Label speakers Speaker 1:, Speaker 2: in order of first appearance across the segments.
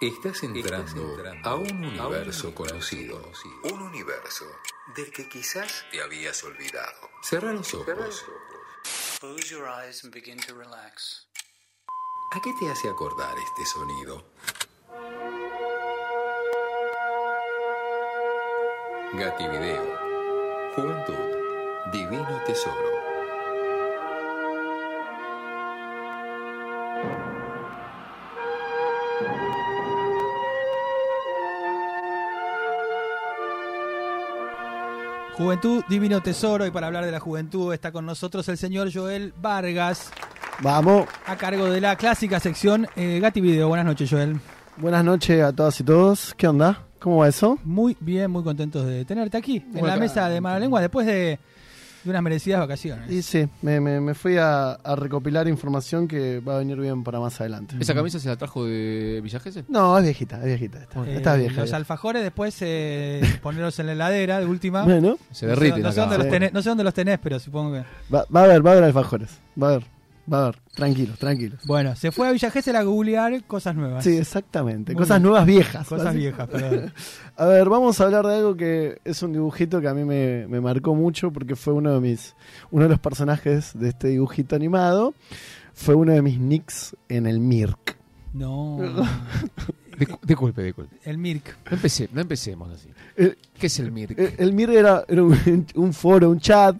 Speaker 1: Estás entrando, a un universo conocido. Un universo del que quizás te habías olvidado. Cerra los ojos.
Speaker 2: Close your eyes and begin to relax.
Speaker 1: ¿A qué te hace acordar este sonido? Gativideo. Juventud. Divino tesoro.
Speaker 3: Juventud, divino tesoro. Y para hablar de la juventud está con nosotros el señor Joel Vargas,
Speaker 4: Vamos,
Speaker 3: a cargo de la clásica sección eh, Gati Video. Buenas noches, Joel.
Speaker 4: buenas noches a todas y todos. ¿Qué onda? ¿Cómo va eso?
Speaker 3: Muy bien, muy contentos de tenerte aquí en
Speaker 4: Bueno,
Speaker 3: la
Speaker 4: acá-
Speaker 3: mesa de Malalengua después de, de unas merecidas vacaciones.
Speaker 4: Y sí, me, me- me fui a, a recopilar información que va a venir bien para más adelante.
Speaker 5: ¿Esa camisa se la trajo de Villa Gesell?
Speaker 4: No, es viejita, es viejita. Está,
Speaker 3: Eh,
Speaker 4: está vieja.
Speaker 3: Los
Speaker 4: ya.
Speaker 3: alfajores después eh, ponerlos en la heladera de última.
Speaker 4: Bueno,
Speaker 5: Se
Speaker 3: No sé-
Speaker 5: derrite.
Speaker 3: no, sé dónde
Speaker 4: cámara.
Speaker 3: los tenés, no sé dónde los tenés, pero supongo que.
Speaker 4: va, va a haber, va a haber alfajores. Va a haber, va a haber. Tranquilos, tranquilos.
Speaker 3: Bueno, se fue a Villa Gesell a googlear cosas nuevas.
Speaker 4: Sí, exactamente.
Speaker 3: Muy
Speaker 4: Cosas
Speaker 3: bien.
Speaker 4: nuevas viejas.
Speaker 3: Cosas
Speaker 4: Así-
Speaker 3: viejas, perdón.
Speaker 4: A ver, vamos a hablar de algo que es un dibujito que a mí me, me marcó mucho porque fue uno de mis uno de los personajes de este dibujito animado. Fue uno de mis nicks en el Mirk.
Speaker 3: No.
Speaker 5: Disculpe, disculpe.
Speaker 3: El Mirk.
Speaker 5: No, empecé, no empecemos así.
Speaker 4: Eh,
Speaker 5: ¿Qué es el MIRC?
Speaker 4: Eh, El MIR era, era un, un foro, un chat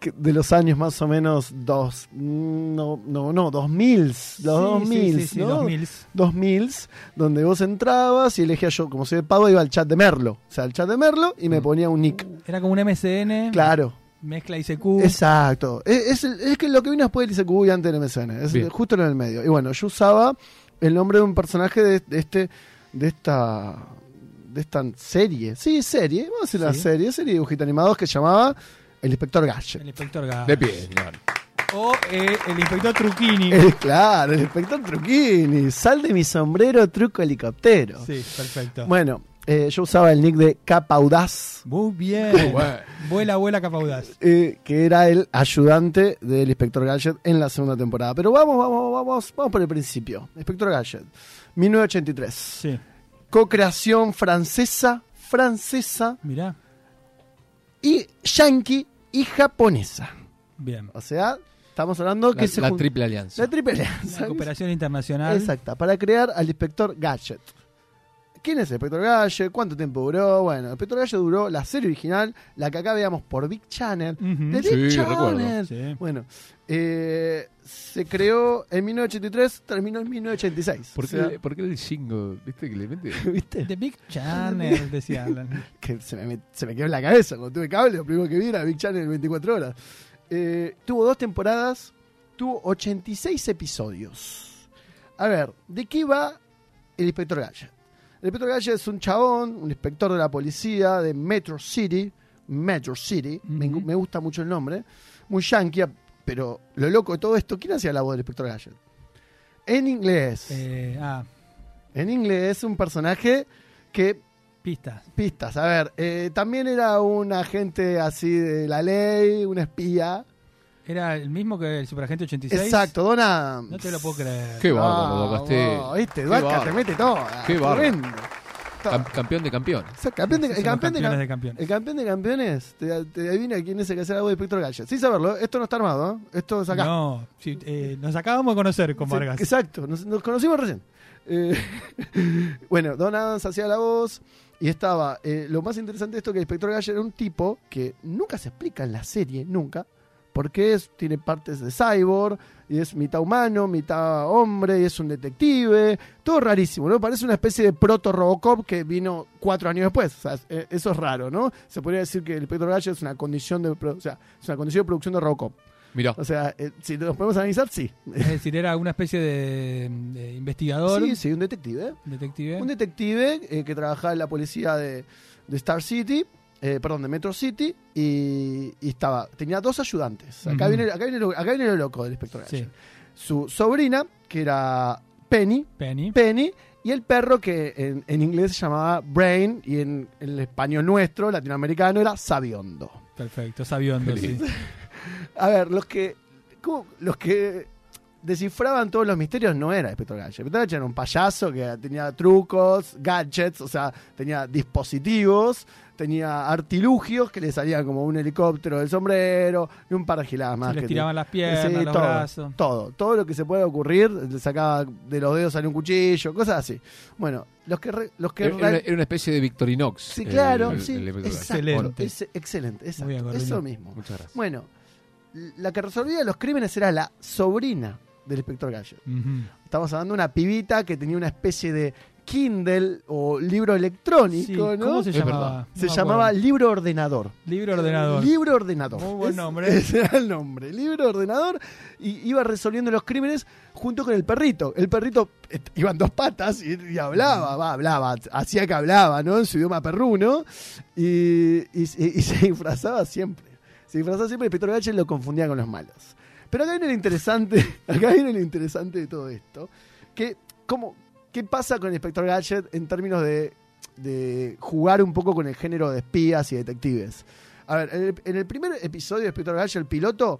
Speaker 4: que- de los años más o menos dos, no, no, no, dos mils, los dos
Speaker 3: Sí, sí,
Speaker 4: mils,
Speaker 3: sí, sí,
Speaker 4: ¿no?
Speaker 3: dos mils.
Speaker 4: Dos mils, donde vos entrabas y elegías yo, como soy de pago, iba al chat de Merlo, o sea, al chat de Merlo y
Speaker 3: Mm.
Speaker 4: me ponía un nick.
Speaker 3: Era como un MSN.
Speaker 4: Claro,
Speaker 3: Mezcla ICQ.
Speaker 4: exacto. E, Es, es, es que lo que vino después del ICQ y antes del MSN, es
Speaker 5: Bien.
Speaker 4: justo en el medio. Y bueno, yo usaba el nombre de un personaje de, de este, de esta de esta serie, sí, serie, vamos a decir la
Speaker 3: Sí.
Speaker 4: serie, serie de dibujitos animados que llamaba El Inspector Gadget.
Speaker 3: El inspector Gas.
Speaker 5: De pie, señor.
Speaker 3: O eh, el inspector Truquini.
Speaker 4: Eh, claro, el Inspector Truquini, sal de mi sombrero, truco helicóptero.
Speaker 3: Sí, perfecto.
Speaker 4: Bueno, eh, yo usaba el nick de Capaudaz,
Speaker 3: Muy bien.
Speaker 5: Bueno.
Speaker 3: Vuela, vuela, capaudaz.
Speaker 4: eh, que era el ayudante del Inspector Gadget en la segunda temporada. Pero vamos, vamos, vamos, vamos por el principio. Inspector Gadget, 1983.
Speaker 3: Sí.
Speaker 4: Co-creación francesa, francesa
Speaker 3: Mirá.
Speaker 4: y yankee y japonesa.
Speaker 3: Bien.
Speaker 4: O sea, estamos hablando que
Speaker 5: La,
Speaker 4: se
Speaker 5: la
Speaker 4: jun-
Speaker 5: triple alianza.
Speaker 4: la triple
Speaker 3: Una
Speaker 4: alianza.
Speaker 3: cooperación internacional.
Speaker 4: Exacta, para crear al inspector Gadget. ¿Quién es el inspector Gadget? ¿Cuánto tiempo duró? Bueno, el inspector Gadget duró la serie original, la que acá veíamos por Big Channel.
Speaker 5: Mm.
Speaker 3: Ujú.
Speaker 4: ¡De Big
Speaker 5: Sí, recuerdo.
Speaker 4: Channel!
Speaker 3: Sí.
Speaker 4: Bueno, eh, se creó en 1983, terminó en 1986.
Speaker 5: ¿Por
Speaker 4: O
Speaker 5: qué,
Speaker 4: sea,
Speaker 5: por qué el chingo? ¿Viste que le mete?
Speaker 4: ¿Viste?
Speaker 3: The Big Channel, decía Alan.
Speaker 4: Que se me, se me quedó en la cabeza cuando tuve cable, lo primero que vi era Big Channel en 24 horas. Eh, tuvo dos temporadas, tuvo 86 episodios. A ver, ¿de qué va el inspector Gadget? El inspector Gadget es un chabón, un inspector de la policía de Metro City. Metro City, me,
Speaker 3: Ujú.
Speaker 4: me gusta mucho el nombre. Muy yankee, pero lo loco de todo esto, ¿quién hacía la voz del inspector Gadget? En inglés.
Speaker 3: Eh, ah,
Speaker 4: En inglés es un personaje que
Speaker 3: pistas.
Speaker 4: pistas. A ver, eh, también era un agente así de la ley, un espía.
Speaker 3: Era el mismo que el Superagente 86.
Speaker 4: Exacto, Don Adams.
Speaker 3: No te lo puedo creer.
Speaker 5: Qué bárbaro,
Speaker 4: Ah,
Speaker 5: Don Castel.
Speaker 4: wow, ¿Viste?
Speaker 5: Qué
Speaker 4: Duaca te
Speaker 5: bárbaro.
Speaker 4: mete todo.
Speaker 5: Qué bárbaro.
Speaker 4: To-
Speaker 5: Cam- campeón de campeón.
Speaker 4: O sea, campeón de- el,
Speaker 3: Son
Speaker 4: campeón de,
Speaker 3: campeones de
Speaker 4: cam-
Speaker 3: campeones.
Speaker 4: el campeón de campeones te, te adivina quién es el que hace la voz de Inspector Gadget. Sin saberlo, esto no está armado, ¿eh? Esto es acá.
Speaker 3: No, sí, eh, nos acabamos de conocer con
Speaker 4: Sí,
Speaker 3: Vargas.
Speaker 4: Exacto, nos, nos conocimos recién. Eh, bueno, Don Adams hacía la voz y estaba. eh, lo más interesante de esto es que el inspector Gadget era un tipo que nunca se explica en la serie, nunca, porque es, tiene partes de cyborg y es mitad humano, mitad hombre y es un detective. Todo rarísimo, ¿no? Parece una especie de proto-Robocop que vino cuatro años después. O sea, es- eh, eso es raro, ¿no? Se podría decir que el inspector Gadget es una condición de, pro- o sea, es una condición de producción de Robocop.
Speaker 5: Mirá.
Speaker 4: O sea, eh, si nos podemos analizar, sí.
Speaker 3: Es decir, era una especie de, de investigador,
Speaker 4: Este. Sí, sí, un detective.
Speaker 3: detective.
Speaker 4: Un detective eh, que trabajaba en la policía de, de Star City, eh, perdón, de Metro City, y, y estaba, tenía dos ayudantes. Acá,
Speaker 3: Ujú.
Speaker 4: viene, acá, viene lo, acá viene lo loco del inspector
Speaker 3: sí,
Speaker 4: Gadget. Su sobrina, que era Penny,
Speaker 3: Penny.
Speaker 4: Penny, y el perro que en, en inglés se llamaba Brain, y en, en el español nuestro, latinoamericano, era Sabiondo.
Speaker 3: Perfecto, sabiondo, sí.
Speaker 4: A ver, los que. ¿cómo? Los que. descifraban todos los misterios no era Inspector Gadget. Inspector Gadget era un payaso que tenía trucos, gadgets, o sea, tenía dispositivos, tenía artilugios que le salían como un helicóptero del sombrero y un par de giladas más.
Speaker 3: Se les
Speaker 4: que
Speaker 3: tiraban las piernas,
Speaker 4: Sí,
Speaker 3: los
Speaker 4: todo,
Speaker 3: brazos.
Speaker 4: Todo, todo lo que se puede ocurrir, le sacaba de los dedos salió un cuchillo, cosas así. Bueno, los que... re- los que
Speaker 5: Era,
Speaker 4: real-
Speaker 5: una- era una especie de Victorinox.
Speaker 4: Sí,
Speaker 5: el-
Speaker 4: claro,
Speaker 5: Eh, el-
Speaker 4: sí,
Speaker 5: el Inspector Gadget.
Speaker 4: exacto,
Speaker 3: Excelente.
Speaker 4: es- excelente, exacto,
Speaker 3: bien, Gordillo.
Speaker 4: eso mismo.
Speaker 5: Muchas gracias.
Speaker 4: Bueno, la que resolvía los crímenes era la sobrina del inspector Gallo.
Speaker 3: Ujú.
Speaker 4: Estamos hablando de una pibita que tenía una especie de Kindle o libro electrónico,
Speaker 3: Sí,
Speaker 4: ¿no?
Speaker 3: ¿Cómo se
Speaker 5: Es
Speaker 3: llamaba?
Speaker 5: verdad.
Speaker 3: No
Speaker 4: Se
Speaker 3: me
Speaker 4: llamaba
Speaker 3: acuerdo.
Speaker 4: libro ordenador.
Speaker 3: Libro Ordenador.
Speaker 4: Libro ordenador.
Speaker 3: Muy buen
Speaker 4: Es-
Speaker 3: nombre.
Speaker 4: Ese era el nombre. Libro ordenador. Y iba resolviendo los crímenes junto con el perrito. El perrito eh, iba en dos patas y, y hablaba, va, hablaba, hacía que hablaba, ¿no? En su idioma perruno. Y, y- y- y se disfrazaba siempre. Se disfrazaba siempre y Peter Gachet lo confundía con los malos. Pero acá viene lo interesante, acá viene lo interesante de todo esto. Que, ¿cómo, ¿Qué pasa con Inspector Gadget en términos de, de jugar un poco con el género de espías y detectives? A ver, en el, en el primer episodio de Inspector Gadget, el piloto,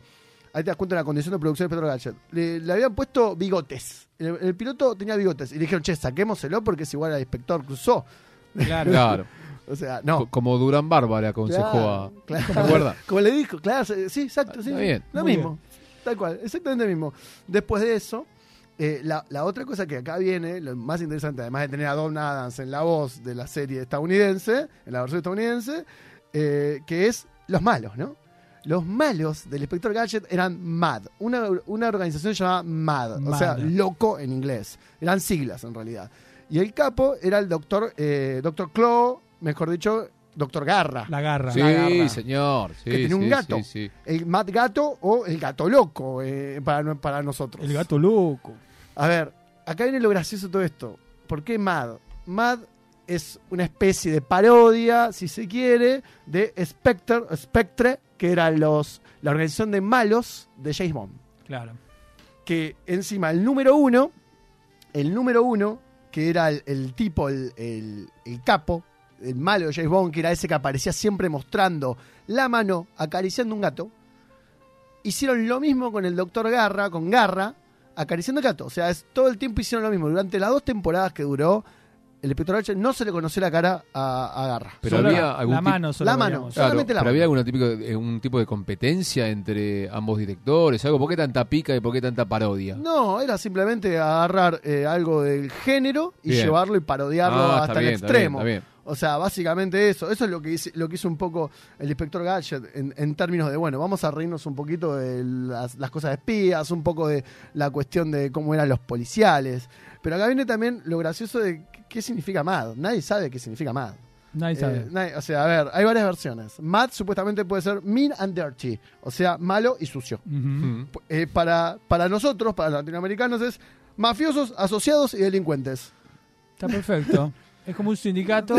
Speaker 4: ahí te das cuenta de la condición de producción de Inspector Gadget, le, le habían puesto bigotes. El, el piloto tenía bigotes y le dijeron, che, saquémoselo porque es igual al Inspector Crusoe.
Speaker 3: Claro.
Speaker 5: Claro.
Speaker 4: O sea, no.
Speaker 5: Co- Como Durán Bárbara aconsejó
Speaker 4: Claro,
Speaker 5: a.
Speaker 4: claro.
Speaker 5: ¿Te acuerdas?
Speaker 4: Como le dijo, claro, sí, sí, exacto, sí.
Speaker 5: Está
Speaker 4: sí,
Speaker 5: bien.
Speaker 4: Lo
Speaker 3: Muy
Speaker 4: mismo, tal cual, exactamente lo mismo. Después de eso, eh, la, la otra cosa que acá viene, lo más interesante, además de tener a Don Adams en la voz de la serie estadounidense, en la versión estadounidense, eh, que es los malos, ¿no? Los malos del Inspector Gadget eran MAD, una, una organización llamada MAD, o
Speaker 3: MAD.
Speaker 4: sea, loco en inglés. Eran siglas en realidad. Y el capo era el doctor, eh, doctor Claw, mejor dicho, doctor Garra.
Speaker 3: La garra.
Speaker 5: Sí,
Speaker 4: La garra.
Speaker 5: señor. Sí,
Speaker 4: Que tenía un
Speaker 5: sí,
Speaker 4: gato.
Speaker 5: Sí, sí.
Speaker 4: el Mad Gato o el Gato Loco eh, para, no- para nosotros.
Speaker 3: El gato loco.
Speaker 4: A ver, acá viene lo gracioso de todo esto. ¿Por qué Mad? Mad es una especie de parodia, si se quiere, de Spectre, Spectre que era los, la organización de malos de James Bond.
Speaker 3: Claro.
Speaker 4: Que encima el número uno, el número uno, que era el, el tipo, el, el- el capo, el malo de James Bond, que era ese que aparecía siempre mostrando la mano acariciando un gato, hicieron lo mismo con el doctor Garra, con Garra, acariciando el gato. O sea, es, todo el tiempo hicieron lo mismo. Durante las dos temporadas que duró, el inspector Gadget no se le conoció la cara a, a Garra.
Speaker 5: Pero
Speaker 3: Solo
Speaker 5: había
Speaker 3: la,
Speaker 5: algún
Speaker 3: la
Speaker 5: tipo-
Speaker 3: mano solo
Speaker 4: La mano.
Speaker 3: veíamos.
Speaker 5: Claro,
Speaker 4: Solamente la
Speaker 5: pero había
Speaker 4: mano.
Speaker 5: algún tipo, de, eh, un tipo de competencia entre ambos directores, algo, ¿por qué tanta pica y por qué tanta parodia?
Speaker 4: No, era simplemente agarrar eh, algo del género y
Speaker 5: Bien.
Speaker 4: llevarlo y parodiarlo
Speaker 5: Ah, está
Speaker 4: hasta el
Speaker 5: bien, está bien,
Speaker 4: extremo.
Speaker 5: está bien.
Speaker 4: O sea, básicamente eso. Eso es lo que hice, lo que hizo un poco el inspector Gadget en, en términos de, bueno, vamos a reírnos un poquito de las, las cosas de espías, un poco de la cuestión de cómo eran los policiales. Pero acá viene también lo gracioso de qué significa MAD. Nadie sabe qué significa MAD.
Speaker 3: Nadie sabe.
Speaker 4: Eh, nadie- o sea, a ver, hay varias versiones. MAD supuestamente puede ser mean and dirty, o sea, malo y sucio.
Speaker 3: Ujú.
Speaker 5: Mm.
Speaker 4: Eh, para, para nosotros, para los latinoamericanos, es mafiosos, asociados y delincuentes.
Speaker 3: Está perfecto. Es como un sindicato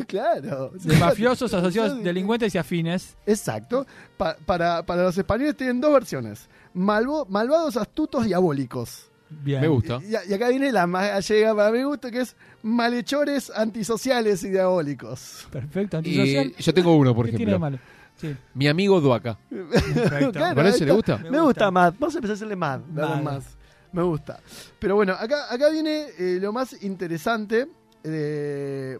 Speaker 4: claro.
Speaker 3: de mafiosos, asociados, delincuentes y afines.
Speaker 4: Exacto. Pa- para, para los españoles tienen dos versiones. Malvo- malvados, astutos, diabólicos.
Speaker 3: Bien.
Speaker 5: Me
Speaker 4: Y,
Speaker 5: gusta.
Speaker 4: y acá viene la más gallega para mi gusto, que es malhechores, antisociales y diabólicos.
Speaker 3: Perfecto. Antisocial.
Speaker 5: Y yo tengo uno, por
Speaker 3: ¿Qué tiene de
Speaker 5: ejemplo.
Speaker 3: malo? Sí.
Speaker 5: Mi amigo Duaca.
Speaker 3: Perfecto.
Speaker 4: Claro,
Speaker 5: parece?
Speaker 4: ahí
Speaker 5: ¿Le
Speaker 4: está.
Speaker 5: gusta?
Speaker 4: Me gusta más. Vamos a empezar a hacerle más. nada
Speaker 3: Mad.
Speaker 4: más. Me gusta. Pero bueno, acá, acá viene eh, lo más interesante de,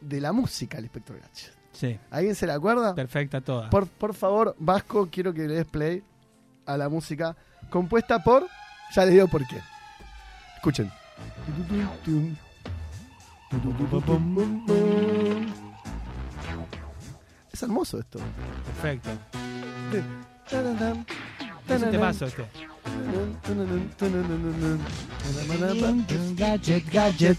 Speaker 4: de la música del Espectro Gadget.
Speaker 3: Sí.
Speaker 4: ¿Alguien se la acuerda?
Speaker 3: Perfecta toda.
Speaker 4: Por, por favor, Vasco, quiero que le des play a la música compuesta por. Ya les digo por qué. Escuchen. Es hermoso esto.
Speaker 3: Perfecto. Es un temazo este. Gadget, gadget.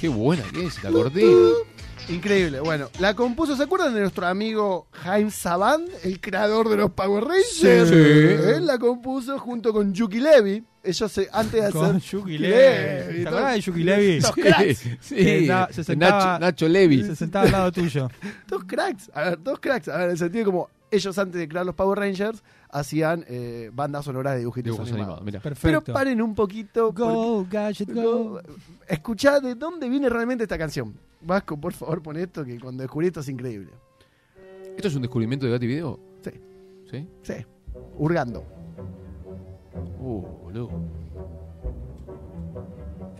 Speaker 5: Qué buena que es, la cortina.
Speaker 4: Increíble. Bueno, la compuso. ¿Se acuerdan de nuestro amigo Jaime Saban, el creador de los Power Rangers?
Speaker 5: Sí.
Speaker 4: Él la compuso junto con Yuki Levy. Ellos se, antes de hacer.
Speaker 3: Con Yuki Levy.
Speaker 4: Levy,
Speaker 3: ¿Te
Speaker 4: todo-
Speaker 3: acuerdas de Yuki Levy?
Speaker 4: Estos cracks.
Speaker 5: Sí,
Speaker 3: da- se sentaba-
Speaker 5: Nacho, Nacho Levi.
Speaker 3: Se sentaba al lado tuyo.
Speaker 4: Dos cracks. A ver, dos cracks. A ver, en el sentido como ellos antes de crear los Power Rangers hacían eh, bandas sonoras de dibujitos,
Speaker 5: Dibujos
Speaker 4: animados.
Speaker 5: animados, mirá.
Speaker 4: Pero
Speaker 3: Perfecto.
Speaker 4: paren un poquito. porque-
Speaker 3: Go, gadget, go.
Speaker 4: Escuchá de dónde viene realmente esta canción. Vasco, por favor, pon esto que cuando descubrí esto es increíble.
Speaker 5: ¿Esto es un descubrimiento de Gatti Video?
Speaker 4: Sí.
Speaker 5: ¿Sí?
Speaker 4: Sí. Hurgando.
Speaker 5: Uh, boludo.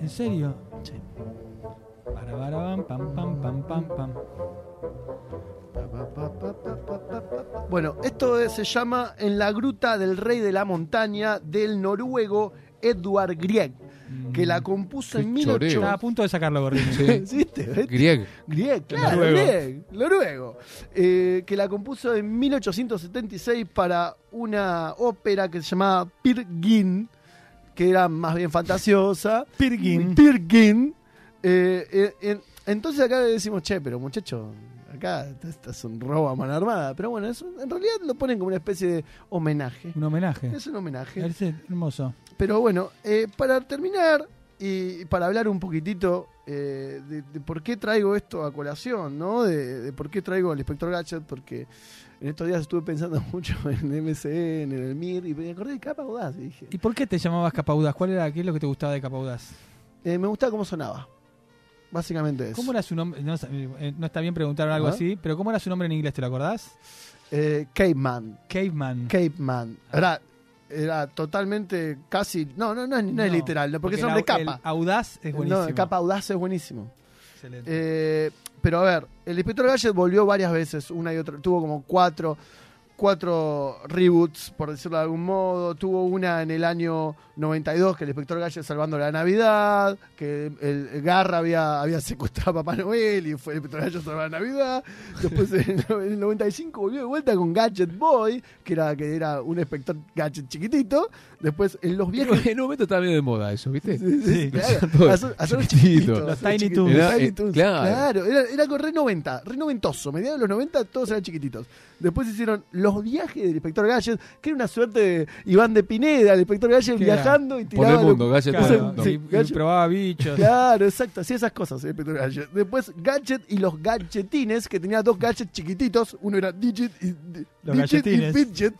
Speaker 3: ¿En serio?
Speaker 4: Sí.
Speaker 3: Para, para, pam, pam, pam, pam, pam, pam.
Speaker 4: Pa, pa, pa, pa, pa, pa, pa, pa. Bueno, esto es- se llama En la gruta del rey de la montaña del noruego Edward Grieg, que la compuso
Speaker 5: Qué
Speaker 4: en
Speaker 5: choreo.
Speaker 4: 18...
Speaker 3: Estaba a punto de sacarlo, Gordini.
Speaker 5: Sí.
Speaker 4: ¿Viste? ¿Viste?
Speaker 5: Grieg.
Speaker 4: Grieg, claro,
Speaker 3: Noruego.
Speaker 4: Grieg, noruego, eh, que la compuso en 1876 para una ópera que se llamaba Pirgin, que era más bien fantasiosa.
Speaker 3: Pirgin.
Speaker 4: Pirgin. Eh, eh, en- entonces acá le decimos, che, pero muchacho, acá esta es un robo a mano armada. Pero bueno, es un- en realidad lo ponen como una especie de homenaje.
Speaker 3: Un homenaje.
Speaker 4: Es un homenaje.
Speaker 3: Parece hermoso.
Speaker 4: Pero bueno, eh, para terminar y para hablar un poquitito eh, de, de por qué traigo esto a colación, ¿no? De, de por qué traigo al inspector Gadget, porque en estos días estuve pensando mucho en MCN, en el MIR, y me acordé de Capa Audaz, y dije,
Speaker 3: ¿Y por qué te llamabas Capaudaz? ¿Cuál era, qué es lo que te gustaba de Capaudaz?
Speaker 4: eh, me gustaba cómo sonaba. Básicamente eso.
Speaker 3: ¿Cómo era su nombre? No, eh, no está bien preguntar algo
Speaker 4: Ah.
Speaker 3: así, pero ¿cómo era su nombre en inglés? ¿Te lo acordás?
Speaker 4: Eh, Caveman.
Speaker 3: Caveman.
Speaker 4: Caveman.
Speaker 3: Ah.
Speaker 4: Era, era totalmente casi. No, no, no, es- no, es
Speaker 3: No,
Speaker 4: literal, no, porque, es
Speaker 3: el
Speaker 4: nombre
Speaker 3: au- el
Speaker 4: capa.
Speaker 3: audaz es buenísimo.
Speaker 4: No, capa audaz es buenísimo.
Speaker 3: Excelente.
Speaker 4: Eh, pero a ver, el inspector Gadget volvió varias veces, una y otra. Tuvo como cuatro, cuatro reboots, por decirlo de algún modo. Tuvo una en el año 92, que el inspector Gadget salvando la Navidad, que el, el Garra había, había secuestrado a Papá Noel y fue el inspector Gadget salvando la Navidad. Después en el 95 volvió de vuelta con Gadget Boy, que era, que era un inspector Gadget chiquitito. Después en los viejos...
Speaker 5: En un momento estaba medio de moda eso, ¿viste?
Speaker 3: Sí,
Speaker 5: claro.
Speaker 4: Hacer- hacer un
Speaker 5: Chiquitito.
Speaker 4: chiquitito,
Speaker 5: Los
Speaker 4: hacer
Speaker 3: Tiny
Speaker 4: chiquitito.
Speaker 3: Toons.
Speaker 5: Era,
Speaker 4: Tiny
Speaker 5: eh,
Speaker 4: Toons,
Speaker 5: claro.
Speaker 4: Claro, era, era algo re 90, re noventoso. Mediados de los 90 todos eran chiquititos. Después hicieron Los viajes del Inspector Gadget, que era una suerte de Iván de Pineda, el Inspector Gadget
Speaker 3: ¿Qué era?
Speaker 4: viajando y
Speaker 5: Por
Speaker 4: tiraba...
Speaker 5: el
Speaker 4: lo-
Speaker 5: mundo, Gadget. por el
Speaker 4: Sí,
Speaker 5: mundo.
Speaker 4: sí.
Speaker 3: y- y,
Speaker 4: Gadget.
Speaker 3: probaba bichos.
Speaker 4: Claro, exacto, hacía esas cosas el Inspector Gadget. Después Gadget y los gadgetines, que tenía dos gadgets chiquititos. Uno era Digit y, di-
Speaker 3: Los
Speaker 4: Digit y
Speaker 3: galletines.
Speaker 4: Fidget.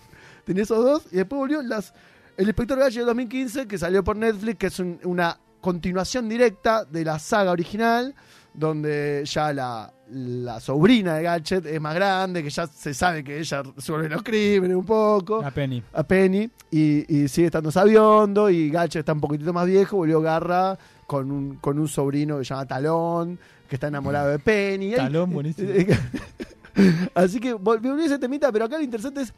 Speaker 4: Tenía esos dos. Y después volvió las, el Inspector Gadget de 2015, que salió por Netflix, que es un- una continuación directa de la saga original, donde ya la, la sobrina de Gadget es más grande, que ya se sabe que ella resuelve los crímenes un poco
Speaker 3: La Penny.
Speaker 4: a Penny y, y sigue estando sabiondo y Gacha está un poquitito más viejo, volvió Garra con un, con un sobrino que se llama Talón, que está enamorado de Penny. Y eh, ahí-
Speaker 3: Talón, buenísimo.
Speaker 4: Así que volvió volvió ese temita, pero acá lo interesante es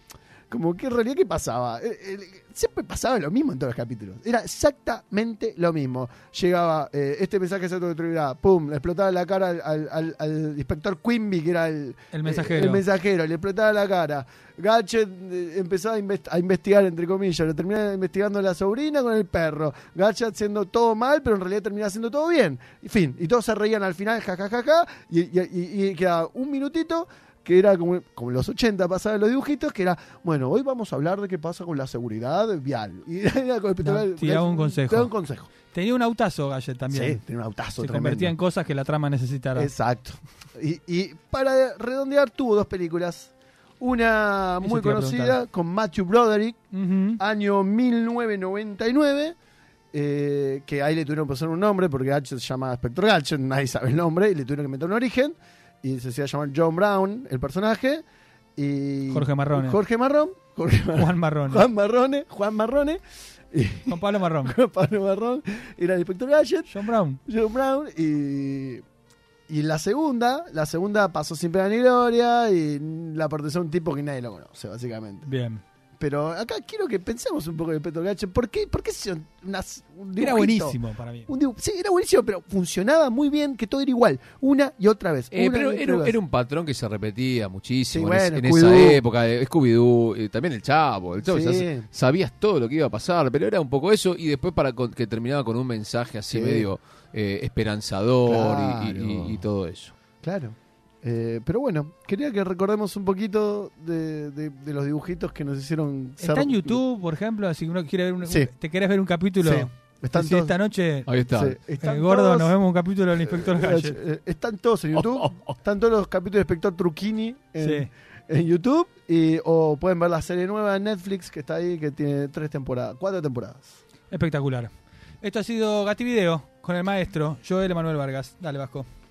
Speaker 4: como que en realidad qué pasaba. Eh, eh, siempre pasaba lo mismo en todos los capítulos. Era exactamente lo mismo. Llegaba eh, este mensaje se autodestruirá, pum, le explotaba la cara al, al- al- al inspector Quimby, que era el,
Speaker 3: El mensajero.
Speaker 4: eh, el mensajero, le explotaba la cara. Gadget eh, empezaba a, invest- a investigar, entre comillas, lo terminaba investigando la sobrina con el perro. Gadget haciendo todo mal, pero en realidad terminaba haciendo todo bien. En fin, y todos se reían al final, jajajaja, y, y- y- y quedaba un minutito que era como, como en los 80 pasaban los dibujitos, que era, bueno, hoy vamos a hablar de qué pasa con la seguridad vial. Y era como-
Speaker 3: No, te daba un consejo.
Speaker 4: Te daba un consejo.
Speaker 3: Tenía un autazo Gadget
Speaker 4: Sí,
Speaker 3: también.
Speaker 4: tenía un
Speaker 3: Se
Speaker 4: autazo tremendo.
Speaker 3: convertía en cosas que la trama necesitara.
Speaker 4: Exacto. Y, y para redondear, tuvo dos películas. Una
Speaker 3: Eso
Speaker 4: muy
Speaker 3: te iba a
Speaker 4: conocida
Speaker 3: preguntar.
Speaker 4: con Matthew Broderick,
Speaker 3: Ujú.
Speaker 4: año 1999. eh, que ahí le tuvieron que poner un nombre porque Gadget se llama Spectre Gadget, nadie sabe el nombre, y le tuvieron que meter un origen. Y se hacía llamar John Brown, el personaje. Y
Speaker 3: Jorge Marrone.
Speaker 4: Jorge Marrón. Jorge Marrón.
Speaker 3: Juan Marrón. Juan,
Speaker 4: Juan Marrone. Juan Marrone. Y
Speaker 3: Pablo Marrón.
Speaker 4: Pablo Marrón era el Inspector Gadget.
Speaker 3: John Brown.
Speaker 4: John Brown y, y la segunda, la segunda pasó sin pena ni gloria y la perteneció a un tipo que nadie lo conoce, básicamente.
Speaker 3: Bien.
Speaker 4: Pero acá quiero que pensemos un poco de Petro Gache. ¿Por qué, por qué se una- un
Speaker 3: Era
Speaker 4: dibujito?
Speaker 3: buenísimo para mí.
Speaker 4: Un dibu- sí, era buenísimo, pero funcionaba muy bien, que todo era igual, una y otra vez.
Speaker 5: Eh,
Speaker 4: una
Speaker 5: pero
Speaker 4: y otra
Speaker 5: era,
Speaker 4: vez.
Speaker 5: era un patrón que se repetía muchísimo
Speaker 4: Sí,
Speaker 5: en, es-
Speaker 4: bueno,
Speaker 5: en esa
Speaker 4: Scooby-Doo.
Speaker 5: época. eh, Scooby-Doo, eh, también el Chavo. El Chavo
Speaker 4: Sí.
Speaker 5: ya se- sabías todo lo que iba a pasar, pero era un poco eso. Y después para con- que terminaba con un mensaje así
Speaker 4: Sí.
Speaker 5: medio eh, esperanzador y- y-
Speaker 4: Claro.
Speaker 5: y- y todo eso.
Speaker 4: Claro. Eh, pero bueno, quería que recordemos un poquito de, de- de los dibujitos que nos hicieron.
Speaker 3: Está
Speaker 4: ser-
Speaker 3: en YouTube, por ejemplo, si uno quiere ver un,
Speaker 4: Sí.
Speaker 3: te querés ver un capítulo.
Speaker 4: Sí, están
Speaker 3: decís,
Speaker 4: todos-
Speaker 3: esta noche,
Speaker 5: Ahí está.
Speaker 4: Sí,
Speaker 3: eh,
Speaker 4: están
Speaker 3: gordo,
Speaker 4: todos-
Speaker 3: nos vemos un capítulo del Inspector Gadget. Oh,
Speaker 4: Eh, Están todos en YouTube. Están todos los capítulos de Inspector Trucchini en,
Speaker 3: Sí.
Speaker 4: en YouTube. Y, o pueden ver la serie nueva en Netflix que está ahí, que tiene tres temporadas, cuatro temporadas.
Speaker 3: Espectacular. Esto ha sido Gati Video con el maestro Joel Emanuel Vargas. Dale, Vasco.